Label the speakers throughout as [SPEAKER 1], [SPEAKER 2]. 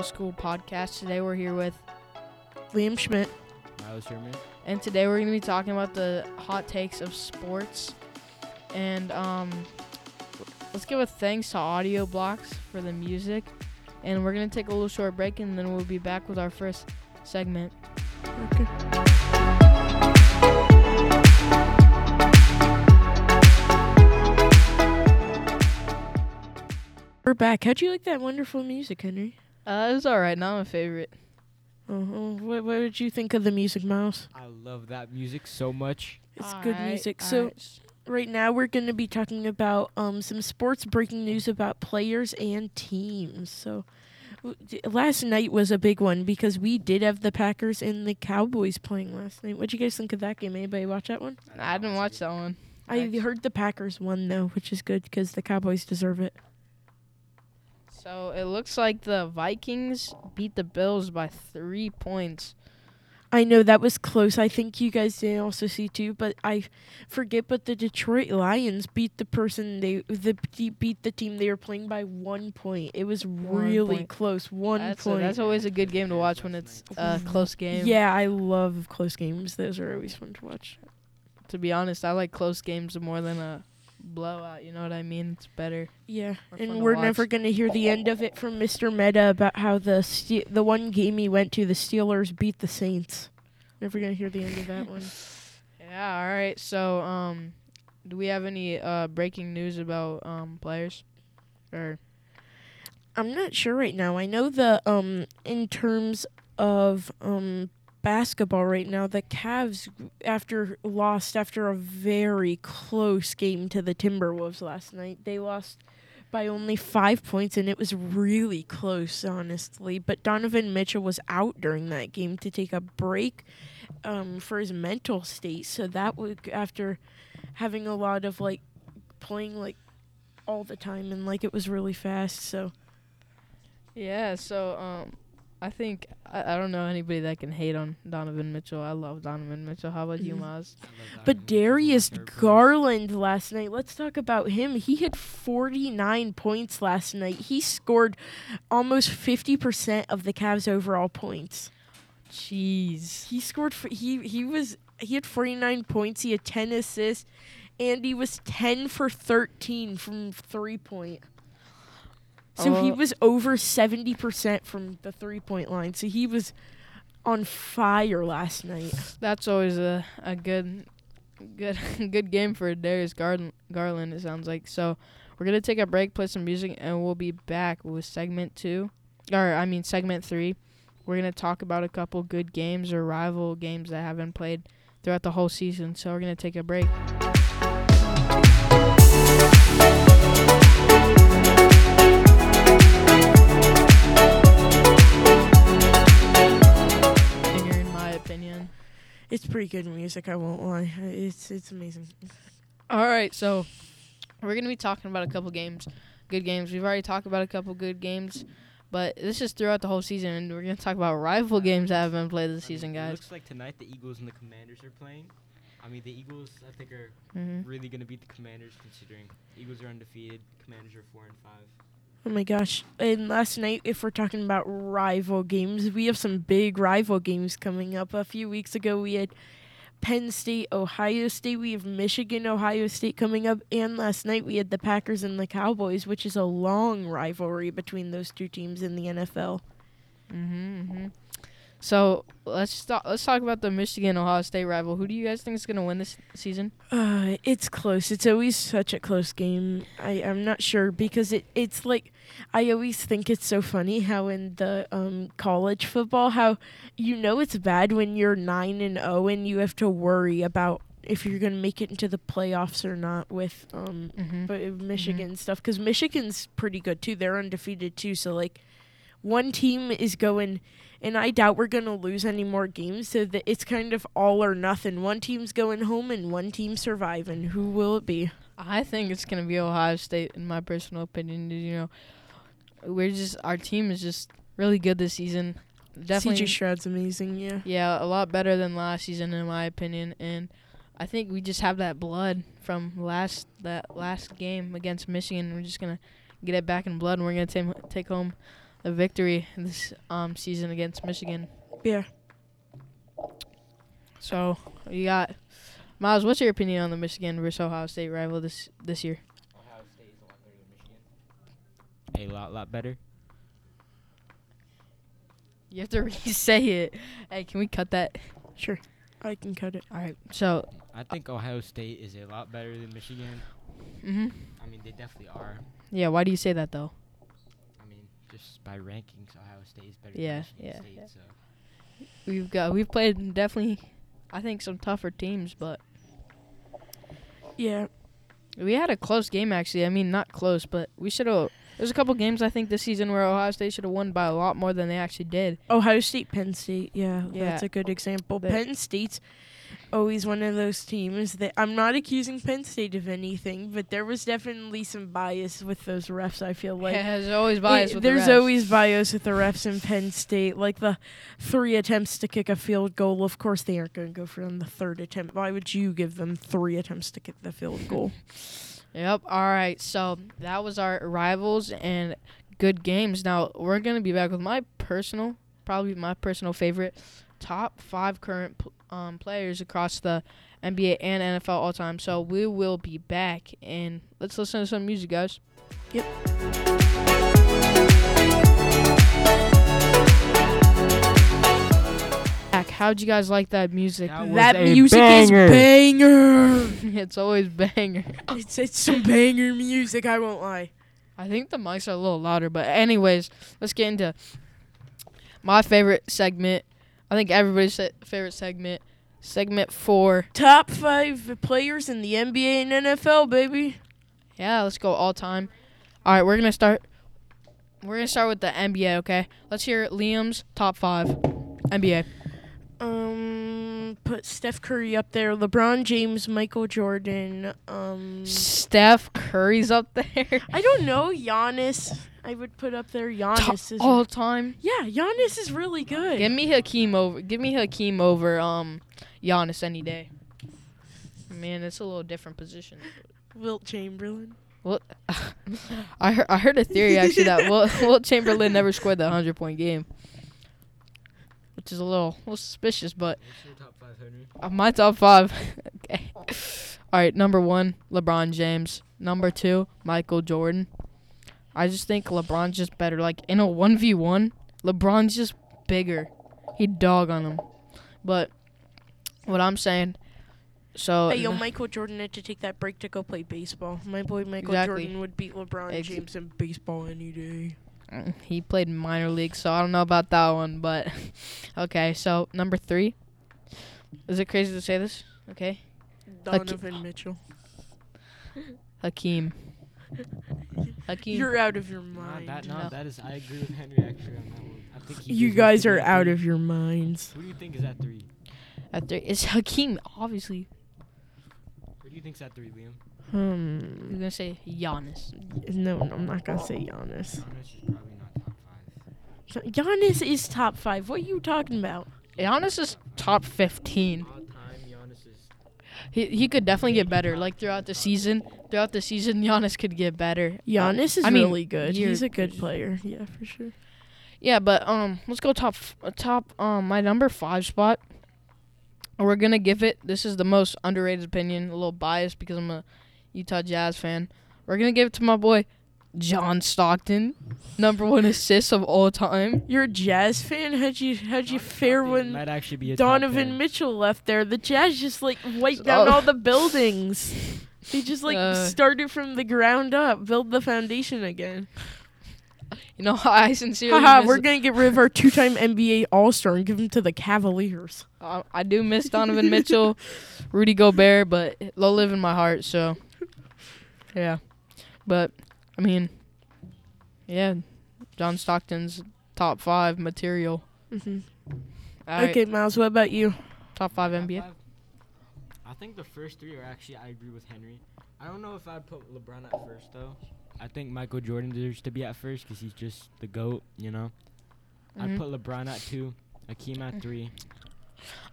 [SPEAKER 1] podcast. Today we're here with Liam Schmidt,
[SPEAKER 2] Miles Sherman.
[SPEAKER 1] and today we're going to be talking about the hot takes of sports. And um, let's give a thanks to Audio Blocks for the music. And we're going to take a little short break, and then we'll be back with our first segment.
[SPEAKER 3] We're back. How'd you like that wonderful music, Henry?
[SPEAKER 1] Uh, it was all right. Not my favorite.
[SPEAKER 3] Uh-huh. What, what did you think of the music, Miles?
[SPEAKER 2] I love that music so much.
[SPEAKER 3] It's
[SPEAKER 1] All
[SPEAKER 3] good
[SPEAKER 1] right,
[SPEAKER 3] music.
[SPEAKER 1] all
[SPEAKER 3] So
[SPEAKER 1] right.
[SPEAKER 3] right now we're going to be talking about um, some sports breaking news about players and teams. So w- d- last night was a big one because we did have the Packers and the Cowboys playing last night. What'd you guys think of that game? Anybody watch that one?
[SPEAKER 1] I didn't watch that one.
[SPEAKER 3] I heard the Packers won though, which is good because the Cowboys deserve it.
[SPEAKER 1] So it looks like the Vikings beat the Bills by three points.
[SPEAKER 3] I know that was close. I think you guys did also see too, but I forget. But the Detroit Lions beat the person they the p- beat the team they were playing by one point. It was
[SPEAKER 1] One
[SPEAKER 3] really
[SPEAKER 1] point.
[SPEAKER 3] close. One
[SPEAKER 1] that's,
[SPEAKER 3] point.
[SPEAKER 1] that's always a good game to watch when it's a close game.
[SPEAKER 3] Yeah, I love close games. Those are always fun to watch.
[SPEAKER 1] To be honest, I like close games more than a blowout. You know what I mean? It's better.
[SPEAKER 3] Yeah,
[SPEAKER 1] Or fun
[SPEAKER 3] and
[SPEAKER 1] to
[SPEAKER 3] we're
[SPEAKER 1] watch.
[SPEAKER 3] never gonna hear the end of it from Mr. Meta about how the Ste- the one game he went to, the Steelers beat the Saints. Never gonna hear the end of that one.
[SPEAKER 1] Yeah. All right. So, um, do we have any uh breaking news about um players? Or
[SPEAKER 3] I'm not sure right now. I know the um in terms of um basketball right now, the Cavs after lost after a very close game to the Timberwolves last night. They lost by only 5 points and it was really close honestly, but Donovan Mitchell was out during that game to take a break um for his mental state. So that would after having a lot of like playing like all the time and like it was really fast, so
[SPEAKER 1] yeah. So, um, I think I, I don't know anybody that can hate on Donovan Mitchell. I love Donovan Mitchell. How about you,
[SPEAKER 3] Mhm.
[SPEAKER 1] Maz?
[SPEAKER 3] But Darius Garland last night, let's talk about him. He had 49 points last night. He scored almost 50% of the Cavs' overall points.
[SPEAKER 1] Jeez.
[SPEAKER 3] He scored f he he was he had 49 points, he had 10 assists, and he was 10 for 13 from three-point. So he
[SPEAKER 1] Oh.
[SPEAKER 3] was over 70% from the three-point line. So he was on fire last night.
[SPEAKER 1] That's always a, a good good good game for Darius Garland, Garland it sounds like. So we're gonna take a break, play some music, and we'll be back with segment two. Or I mean segment three. We're gonna talk about a couple good games or rival games that haven't played throughout the whole season. So we're gonna take a break. Banger, in my opinion.
[SPEAKER 3] It's pretty good music, I won't lie. It's it's amazing.
[SPEAKER 1] All right, so we're gonna be talking about a couple games, good games. We've already talked about a couple good games, but this is throughout the whole season, and we're gonna talk about rival games that have been played this season,
[SPEAKER 2] It
[SPEAKER 1] guys.
[SPEAKER 2] looks like tonight the Eagles and the Commanders are playing. I mean, the Eagles, I think, are
[SPEAKER 1] hmm
[SPEAKER 2] really going to beat the Commanders considering the Eagles are undefeated, Commanders are 4 and 5.
[SPEAKER 3] Oh my gosh. And last night, if we're talking about rival games, we have some big rival games coming up. A few weeks ago, we had Penn State, Ohio State. We have Michigan, Ohio State coming up. And last night, we had the Packers and the Cowboys, which is a long rivalry between those two teams in the NFL.
[SPEAKER 1] hmm hmm So let's talk. Let's talk about the Michigan Ohio State rival. Who do you guys think is gonna win this season?
[SPEAKER 3] Uh, it's close. It's always such a close game. I, I'm not sure because it, it's like I always think it's so funny how in the um college football how you know it's bad when you're nine and oh and you have to worry about if you're gonna make it into the playoffs or not with um
[SPEAKER 1] Mm-hmm.
[SPEAKER 3] but Michigan stuff because Michigan's pretty good too. They're undefeated too. So like, one team is going, and I doubt we're gonna lose any more games. So that it's kind of all or nothing. One team's going home and one team surviving. Who will it be?
[SPEAKER 1] I think it's gonna be Ohio State, in my personal opinion. You know, we're just our team is just really good this season. Definitely
[SPEAKER 3] CJ Stroud's amazing. Yeah.
[SPEAKER 1] Yeah, a lot better than last season in my opinion, and I think we just have that blood from last that last game against Michigan. We're just gonna get it back in blood, and we're gonna take take home the victory this um season against Michigan.
[SPEAKER 3] Yeah.
[SPEAKER 1] So you got Miles. What's your opinion on the Michigan versus Ohio State rival this this year?
[SPEAKER 2] Ohio State is a lot better than Michigan. A lot, lot better.
[SPEAKER 1] You have to re-say it. Hey, can we cut that?
[SPEAKER 3] Sure. I can cut it.
[SPEAKER 1] All right. So,
[SPEAKER 2] I think Ohio State is a lot better than Michigan.
[SPEAKER 1] hmm
[SPEAKER 2] I mean, they definitely are.
[SPEAKER 1] yeah. Why do you say that though?
[SPEAKER 2] I mean, just by rankings, Ohio State is better
[SPEAKER 1] Yeah,
[SPEAKER 2] than Michigan
[SPEAKER 1] yeah,
[SPEAKER 2] State.
[SPEAKER 1] yeah.
[SPEAKER 2] So
[SPEAKER 1] We've got we've played definitely, I think some tougher teams, but
[SPEAKER 3] Yeah.
[SPEAKER 1] we had a close game actually. I mean, not close, but we should have. There's a couple games I think this season where Ohio State should have won by a lot more than they actually did.
[SPEAKER 3] Ohio State, Penn State. Yeah,
[SPEAKER 1] Yeah.
[SPEAKER 3] that's a good example.
[SPEAKER 1] They-
[SPEAKER 3] Penn State's always one of those teams that I'm not accusing Penn State of anything, but there was definitely some bias with those refs. I feel like.
[SPEAKER 1] yeah, there's always bias.
[SPEAKER 3] It-
[SPEAKER 1] with the
[SPEAKER 3] there's
[SPEAKER 1] refs.
[SPEAKER 3] always bias with the refs in Penn State. Like the three attempts to kick a field goal. Of course, they aren't going to go for on the third attempt. Why would you give them three attempts to kick the field goal?
[SPEAKER 1] Yep. All right. So that was our rivals and good games. Now we're gonna be back with my personal, probably my personal favorite, top five current pl- um, players across the NBA and NFL all time. So we will be back and let's listen to some music, guys. Back. How'd you guys like that music?
[SPEAKER 2] That was
[SPEAKER 3] that
[SPEAKER 2] a
[SPEAKER 3] music
[SPEAKER 2] banger.
[SPEAKER 3] is banger.
[SPEAKER 1] it's always banger.
[SPEAKER 3] it's it's some banger music. I won't lie.
[SPEAKER 1] I think the mics are a little louder, but anyways, let's get into my favorite segment. I think everybody's se- favorite segment, segment four.
[SPEAKER 3] Top five players in the NBA and NFL, baby.
[SPEAKER 1] Yeah, let's go all time. All right, we're gonna start. We're gonna start with the NBA. Okay, let's hear Liam's top five NBA.
[SPEAKER 3] Um, put Steph Curry up there, LeBron James, Michael Jordan. Um,
[SPEAKER 1] Steph Curry's up there.
[SPEAKER 3] I don't know Giannis. I would put up there
[SPEAKER 1] Top
[SPEAKER 3] Giannis. Is
[SPEAKER 1] all time.
[SPEAKER 3] yeah, Giannis is really good.
[SPEAKER 1] Give me Hakeem over. Give me Hakeem over um Giannis any day. Man, it's a little different position.
[SPEAKER 3] Wilt Chamberlain.
[SPEAKER 1] Well, I heard, I heard a theory actually that Will, Will Chamberlain never scored the 100 point game, which is a little, little suspicious, but
[SPEAKER 2] what's your top five, Henry?
[SPEAKER 1] uh, my top five. okay. All right, number one, LeBron James. Number two, Michael Jordan. I just think LeBron's just better. Like in a 1v1, LeBron's just bigger. He dog on him. But what I'm saying, so.
[SPEAKER 3] Hey, yo,
[SPEAKER 1] n-
[SPEAKER 3] Michael Jordan had to take that break to go play baseball. My boy Michael
[SPEAKER 1] Exactly.
[SPEAKER 3] Jordan would beat LeBron
[SPEAKER 1] Ex-
[SPEAKER 3] James in baseball any day.
[SPEAKER 1] Mm, He played in minor league, so I don't know about that one, but okay, so number three. Is it crazy to say this? Okay. Hake-
[SPEAKER 3] Donovan Mitchell.
[SPEAKER 1] Hakeem. Hakeem.
[SPEAKER 3] You're out of your
[SPEAKER 2] Nah,
[SPEAKER 3] mind.
[SPEAKER 2] that,
[SPEAKER 1] No.
[SPEAKER 2] no, that is. I agree with Henry actually on that one. I think he
[SPEAKER 3] you
[SPEAKER 2] deserves to
[SPEAKER 3] guys
[SPEAKER 2] be
[SPEAKER 3] are
[SPEAKER 2] at
[SPEAKER 3] out
[SPEAKER 2] three.
[SPEAKER 3] of your minds.
[SPEAKER 2] Who do you think is at three?
[SPEAKER 1] at three. It's Hakeem, obviously.
[SPEAKER 2] Who do you think's at three, Liam?
[SPEAKER 1] You're
[SPEAKER 3] Um,
[SPEAKER 1] gonna say Giannis.
[SPEAKER 3] no, no, I'm not gonna say Giannis.
[SPEAKER 2] Giannis is probably not top five.
[SPEAKER 3] Giannis is top five. What are you talking about?
[SPEAKER 1] Giannis is top fifteen.
[SPEAKER 2] All time, Giannis is.
[SPEAKER 1] He he could definitely get better. Like throughout the season. Throughout the season, Giannis could get better.
[SPEAKER 3] Giannis is
[SPEAKER 1] I mean,
[SPEAKER 3] really good.
[SPEAKER 1] you're-
[SPEAKER 3] He's a good player. Yeah, for sure.
[SPEAKER 1] Yeah, but um, let's go top f- uh, top um my number five spot. We're gonna give it. This is the most underrated opinion. A little biased because I'm a Utah Jazz fan. We're gonna give it to my boy John Stockton, number one assist of all time.
[SPEAKER 3] You're a Jazz fan. How'd you how'd you
[SPEAKER 2] Giannis
[SPEAKER 3] fare
[SPEAKER 2] probably
[SPEAKER 3] when
[SPEAKER 2] might actually be a top
[SPEAKER 3] Donovan
[SPEAKER 2] 10.
[SPEAKER 3] Mitchell left there? The Jazz just like wiped down
[SPEAKER 1] Oh.
[SPEAKER 3] all the buildings. They just like
[SPEAKER 1] Uh.
[SPEAKER 3] started from the ground up, build the foundation again.
[SPEAKER 1] You know, I sincerely
[SPEAKER 3] Haha,
[SPEAKER 1] miss,
[SPEAKER 3] we're gonna get rid of our two-time NBA All-Star and give him to the Cavaliers.
[SPEAKER 1] I, I do miss Donovan Mitchell, Rudy Gobert, but they'll live in my heart. So, yeah, but I mean, yeah, John Stockton's top five material.
[SPEAKER 3] Mhm.
[SPEAKER 1] All right.
[SPEAKER 3] Okay, Miles, what about you?
[SPEAKER 1] Top five
[SPEAKER 2] Top
[SPEAKER 1] NBA.
[SPEAKER 2] five? I think the first three are actually. I agree with Henry. I don't know if I'd put LeBron at first though. I think Michael Jordan deserves to be at first because he's just the goat. You know.
[SPEAKER 1] Mhm.
[SPEAKER 2] I'd put LeBron at two, Akeem at three.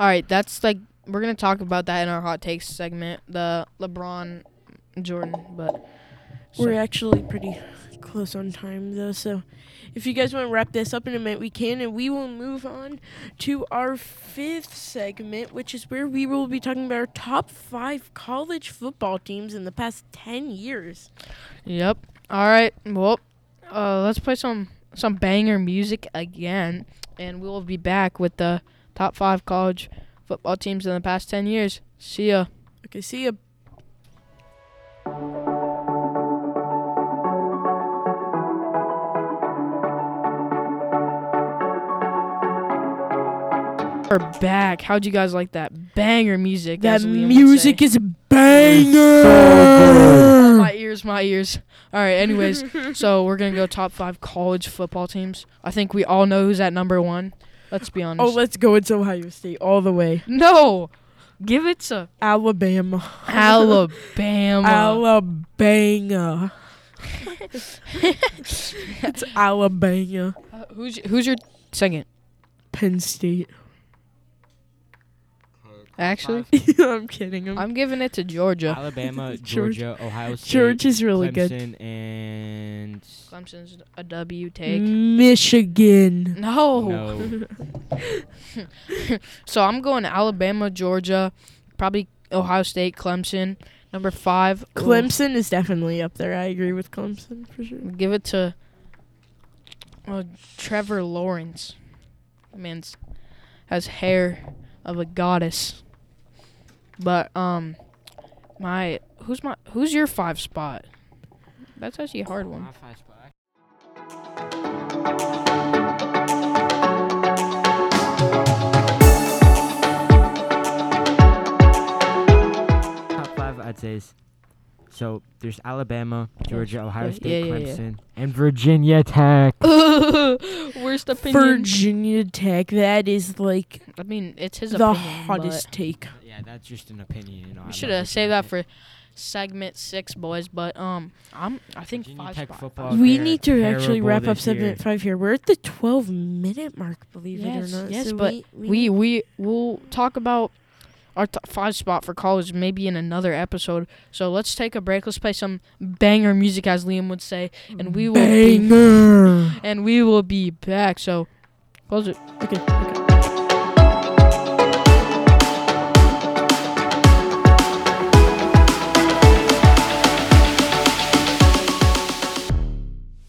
[SPEAKER 1] All right, that's like we're gonna talk about that in our hot takes segment, the LeBron, Jordan. But so-
[SPEAKER 3] We're actually pretty close on time though. So, if you guys want to wrap this up in a minute, we can, and we will move on to our fifth segment, which is where we will be talking about our top five college football teams in the past ten years.
[SPEAKER 1] Yep. All right. Well, uh, let's play some some banger music again, and we'll be back with the top five college football teams in the past ten years. See ya.
[SPEAKER 3] Okay, see ya.
[SPEAKER 1] We're back. How'd you guys like that banger music?
[SPEAKER 3] That
[SPEAKER 1] as Liam would
[SPEAKER 3] music
[SPEAKER 1] say.
[SPEAKER 3] is banger. Mm.
[SPEAKER 1] my ears, my ears. All right. Anyways, so we're gonna go top five college football teams. I think we all know who's at number one. Let's be honest.
[SPEAKER 3] Oh, let's go. It's Ohio State all the way.
[SPEAKER 1] no, give it to
[SPEAKER 3] Alabama.
[SPEAKER 1] Alabama.
[SPEAKER 3] Alabama. it's Alabama.
[SPEAKER 1] Uh, who's who's your second?
[SPEAKER 3] Penn State.
[SPEAKER 1] Actually,
[SPEAKER 3] I'm kidding. I'm
[SPEAKER 1] I'm giving it to Georgia.
[SPEAKER 2] Alabama,
[SPEAKER 3] George-
[SPEAKER 2] Georgia, Ohio State,
[SPEAKER 3] George is really good.
[SPEAKER 2] Clemson, and
[SPEAKER 1] Clemson's a W take.
[SPEAKER 3] Mm. Michigan.
[SPEAKER 1] No.
[SPEAKER 2] no.
[SPEAKER 1] So I'm going Alabama, Georgia, probably Ohio State, Clemson. Number five.
[SPEAKER 3] Mm.
[SPEAKER 1] ooh,
[SPEAKER 3] Clemson is definitely up there. I agree with Clemson for sure.
[SPEAKER 1] give it to uh, Trevor Lawrence. That man's has hair of a goddess. But um, my who's my who's your five spot? That's actually a hard one.
[SPEAKER 2] My five spot. Top five, I'd say. Is, so there's Alabama, Georgia, Ohio
[SPEAKER 1] yeah,
[SPEAKER 2] State,
[SPEAKER 1] yeah, yeah, yeah.
[SPEAKER 2] Clemson, and Virginia Tech.
[SPEAKER 1] Worst opinion.
[SPEAKER 3] Virginia Tech. That is like
[SPEAKER 1] I mean, it's his
[SPEAKER 3] the
[SPEAKER 1] opinion,
[SPEAKER 3] hottest take.
[SPEAKER 2] Yeah, that's just an opinion. You know,
[SPEAKER 1] But
[SPEAKER 2] I
[SPEAKER 1] we
[SPEAKER 2] love
[SPEAKER 1] should have
[SPEAKER 2] Virginia
[SPEAKER 1] saved that
[SPEAKER 2] Tech.
[SPEAKER 1] for segment six, boys. But um, I'm I think
[SPEAKER 2] Virginia
[SPEAKER 1] five
[SPEAKER 2] Tech
[SPEAKER 1] spot.
[SPEAKER 2] football. Oh,
[SPEAKER 3] we
[SPEAKER 2] they're
[SPEAKER 3] need to actually
[SPEAKER 2] terrible
[SPEAKER 3] wrap up
[SPEAKER 2] this year.
[SPEAKER 3] segment five here. We're at the twelve minute mark, believe
[SPEAKER 1] Yes,
[SPEAKER 3] it or not.
[SPEAKER 1] yes,
[SPEAKER 3] So
[SPEAKER 1] but
[SPEAKER 3] we, we,
[SPEAKER 1] We we will talk about our top five spot for college maybe in another episode. So let's take a break. Let's play some banger music, as Liam would say, and we will be
[SPEAKER 3] banger.
[SPEAKER 1] and we will be back. So close it.
[SPEAKER 3] Okay.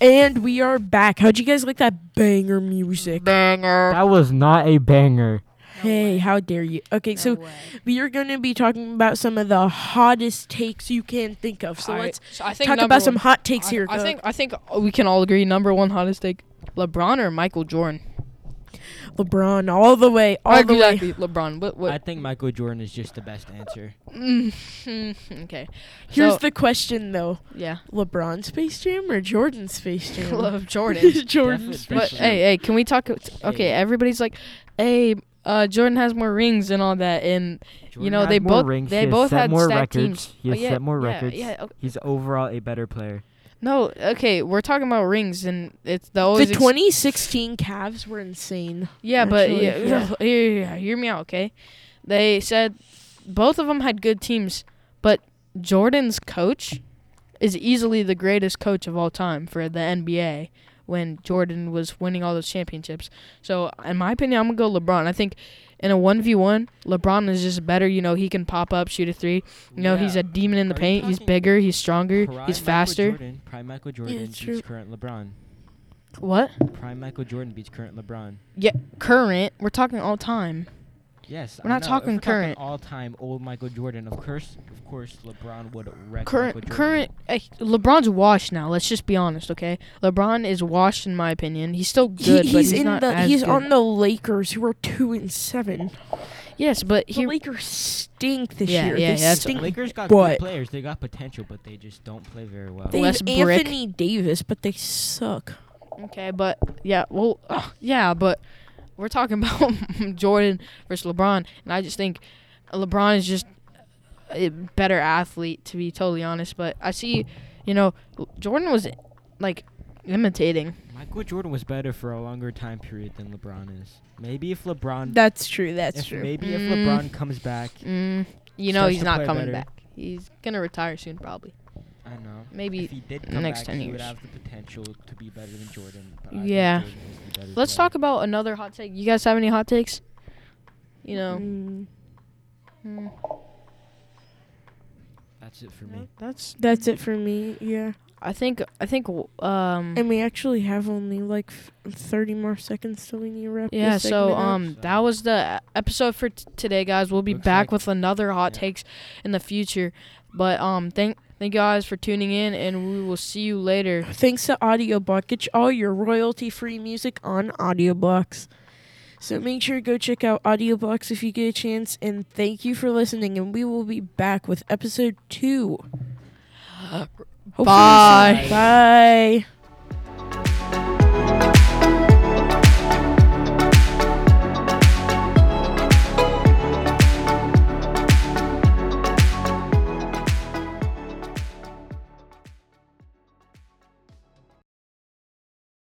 [SPEAKER 3] And we are back. How'd you guys like that banger music?
[SPEAKER 1] Banger.
[SPEAKER 2] That was not a banger.
[SPEAKER 3] Hey, how dare you? Okay, so
[SPEAKER 1] way.
[SPEAKER 3] we are going to be talking about some of the hottest takes you can think of. So
[SPEAKER 1] All right,
[SPEAKER 3] let's
[SPEAKER 1] so I think
[SPEAKER 3] talk
[SPEAKER 1] number
[SPEAKER 3] about some
[SPEAKER 1] one-
[SPEAKER 3] hot takes
[SPEAKER 1] I,
[SPEAKER 3] here.
[SPEAKER 1] I
[SPEAKER 3] Go.
[SPEAKER 1] think I think we can all agree number one hottest take. LeBron or Michael Jordan?
[SPEAKER 3] LeBron all the way, all
[SPEAKER 1] I
[SPEAKER 3] the
[SPEAKER 1] agree,
[SPEAKER 3] way.
[SPEAKER 1] exactly. LeBron. What?
[SPEAKER 2] I
[SPEAKER 1] what?
[SPEAKER 2] think Michael Jordan is just the best answer.
[SPEAKER 1] Mhm, okay.
[SPEAKER 3] Here's
[SPEAKER 1] So-
[SPEAKER 3] the question though:
[SPEAKER 1] Yeah.
[SPEAKER 3] LeBron Space Jam or Jordan Space Jam?
[SPEAKER 1] Love Jordan.
[SPEAKER 3] Jordan
[SPEAKER 2] Definitely
[SPEAKER 1] But
[SPEAKER 3] Space
[SPEAKER 2] Appreciate
[SPEAKER 1] hey, hey, can we talk? Okay,
[SPEAKER 2] Hey.
[SPEAKER 1] everybody's like, hey, uh, Jordan has more rings and all that, and you
[SPEAKER 2] Jordan
[SPEAKER 1] know
[SPEAKER 2] had
[SPEAKER 1] they
[SPEAKER 2] more
[SPEAKER 1] both
[SPEAKER 2] rings.
[SPEAKER 1] they
[SPEAKER 2] he has
[SPEAKER 1] both
[SPEAKER 2] set
[SPEAKER 1] had
[SPEAKER 2] more
[SPEAKER 1] stacked
[SPEAKER 2] records.
[SPEAKER 1] teams.
[SPEAKER 2] He
[SPEAKER 1] Oh,
[SPEAKER 2] has
[SPEAKER 1] yeah,
[SPEAKER 2] set more
[SPEAKER 1] yeah,
[SPEAKER 2] records.
[SPEAKER 1] Yeah, okay.
[SPEAKER 2] He's overall a better player.
[SPEAKER 1] No, okay, we're talking about rings, and it's the
[SPEAKER 3] The
[SPEAKER 1] always ex-
[SPEAKER 3] 2016 Cavs were insane.
[SPEAKER 1] Yeah, but
[SPEAKER 3] actually,
[SPEAKER 1] yeah,
[SPEAKER 3] yeah.
[SPEAKER 1] yeah, yeah, hear me out, okay? They said both of them had good teams, but Jordan's coach is easily the greatest coach of all time for the NBA when Jordan was winning all those championships. So, in my opinion, I'm going to go LeBron. I think in a 1v1, LeBron is just better. You know, he can pop up, shoot a three. You know, he's a demon in the
[SPEAKER 2] Are you
[SPEAKER 1] paint. He's
[SPEAKER 2] talking
[SPEAKER 1] bigger, he's stronger,
[SPEAKER 2] Prime
[SPEAKER 1] he's
[SPEAKER 2] Michael
[SPEAKER 1] faster.
[SPEAKER 2] Jordan, prime Michael Jordan beats
[SPEAKER 3] true.
[SPEAKER 2] current LeBron.
[SPEAKER 1] What?
[SPEAKER 2] Prime Michael Jordan beats current LeBron.
[SPEAKER 1] Yeah, current. We're talking all time.
[SPEAKER 2] Yes,
[SPEAKER 1] We're
[SPEAKER 2] I
[SPEAKER 1] not
[SPEAKER 2] know. If
[SPEAKER 1] talking
[SPEAKER 2] we're
[SPEAKER 1] current.
[SPEAKER 2] all-time old Michael Jordan. Of course, of course, LeBron would wreck Michael
[SPEAKER 1] current
[SPEAKER 2] Jordan.
[SPEAKER 1] current hey, LeBron's washed now. Let's just be honest, okay? LeBron is washed in my opinion. He's still
[SPEAKER 3] He-
[SPEAKER 1] good, but
[SPEAKER 3] he's
[SPEAKER 1] he's
[SPEAKER 3] in
[SPEAKER 1] not
[SPEAKER 3] the
[SPEAKER 1] as
[SPEAKER 3] he's
[SPEAKER 1] good.
[SPEAKER 3] on the Lakers who are two and seven.
[SPEAKER 1] yes, but
[SPEAKER 3] The
[SPEAKER 1] he
[SPEAKER 3] Lakers stink this
[SPEAKER 1] Yeah, yeah,
[SPEAKER 3] year. they
[SPEAKER 1] yeah, that's-
[SPEAKER 3] stink.
[SPEAKER 2] Lakers got
[SPEAKER 3] But-
[SPEAKER 2] good players. They got potential, but they just don't play very well.
[SPEAKER 3] They
[SPEAKER 1] Less
[SPEAKER 3] have
[SPEAKER 1] brick.
[SPEAKER 3] Anthony Davis, but they suck.
[SPEAKER 1] okay, but yeah, well, ugh, yeah, but we're talking about Jordan versus LeBron, and I just think LeBron is just a better athlete to be totally honest. But I see, you know, Jordan was like imitating.
[SPEAKER 2] Michael Jordan was better for a longer time period than LeBron is. Maybe if LeBron,
[SPEAKER 3] That's true. That's
[SPEAKER 2] if,
[SPEAKER 3] true.
[SPEAKER 2] maybe
[SPEAKER 1] Mm.
[SPEAKER 2] if LeBron comes back,
[SPEAKER 1] Mm, you know,
[SPEAKER 2] Starts
[SPEAKER 1] he's
[SPEAKER 2] to
[SPEAKER 1] not
[SPEAKER 2] play
[SPEAKER 1] coming
[SPEAKER 2] better.
[SPEAKER 1] back. He's gonna retire soon, probably.
[SPEAKER 2] I don't know.
[SPEAKER 1] Maybe
[SPEAKER 2] if he did come
[SPEAKER 1] next
[SPEAKER 2] back,
[SPEAKER 1] 10
[SPEAKER 2] he
[SPEAKER 1] years.
[SPEAKER 2] would have the potential to be better than Jordan. But I think
[SPEAKER 1] Yeah.
[SPEAKER 2] Jordan is the better
[SPEAKER 1] Let's
[SPEAKER 2] player.
[SPEAKER 1] talk about another hot take. You guys have any hot takes? You know.
[SPEAKER 3] Mm,
[SPEAKER 1] Mm,
[SPEAKER 2] That's it for me.
[SPEAKER 1] that's
[SPEAKER 3] that's it for me. Yeah.
[SPEAKER 1] I think I think w- um
[SPEAKER 3] And we actually have only like f- 30 more seconds till we need to wrap
[SPEAKER 1] yeah,
[SPEAKER 3] this
[SPEAKER 1] so
[SPEAKER 3] segment up.
[SPEAKER 1] um that was the episode for t- today guys. We'll be
[SPEAKER 2] Looks
[SPEAKER 1] back
[SPEAKER 2] like-
[SPEAKER 1] with another hot
[SPEAKER 2] yeah.
[SPEAKER 1] takes in the future. But um thank thank you guys for tuning in and we will see you later.
[SPEAKER 3] Thanks to AudioBlock. Get you all your royalty free music on AudioBlocks. So make sure to go check out AudioBlocks if you get a chance. And thank you for listening. And we will be back with episode two. Hopefully soon.
[SPEAKER 1] Bye.
[SPEAKER 3] Bye.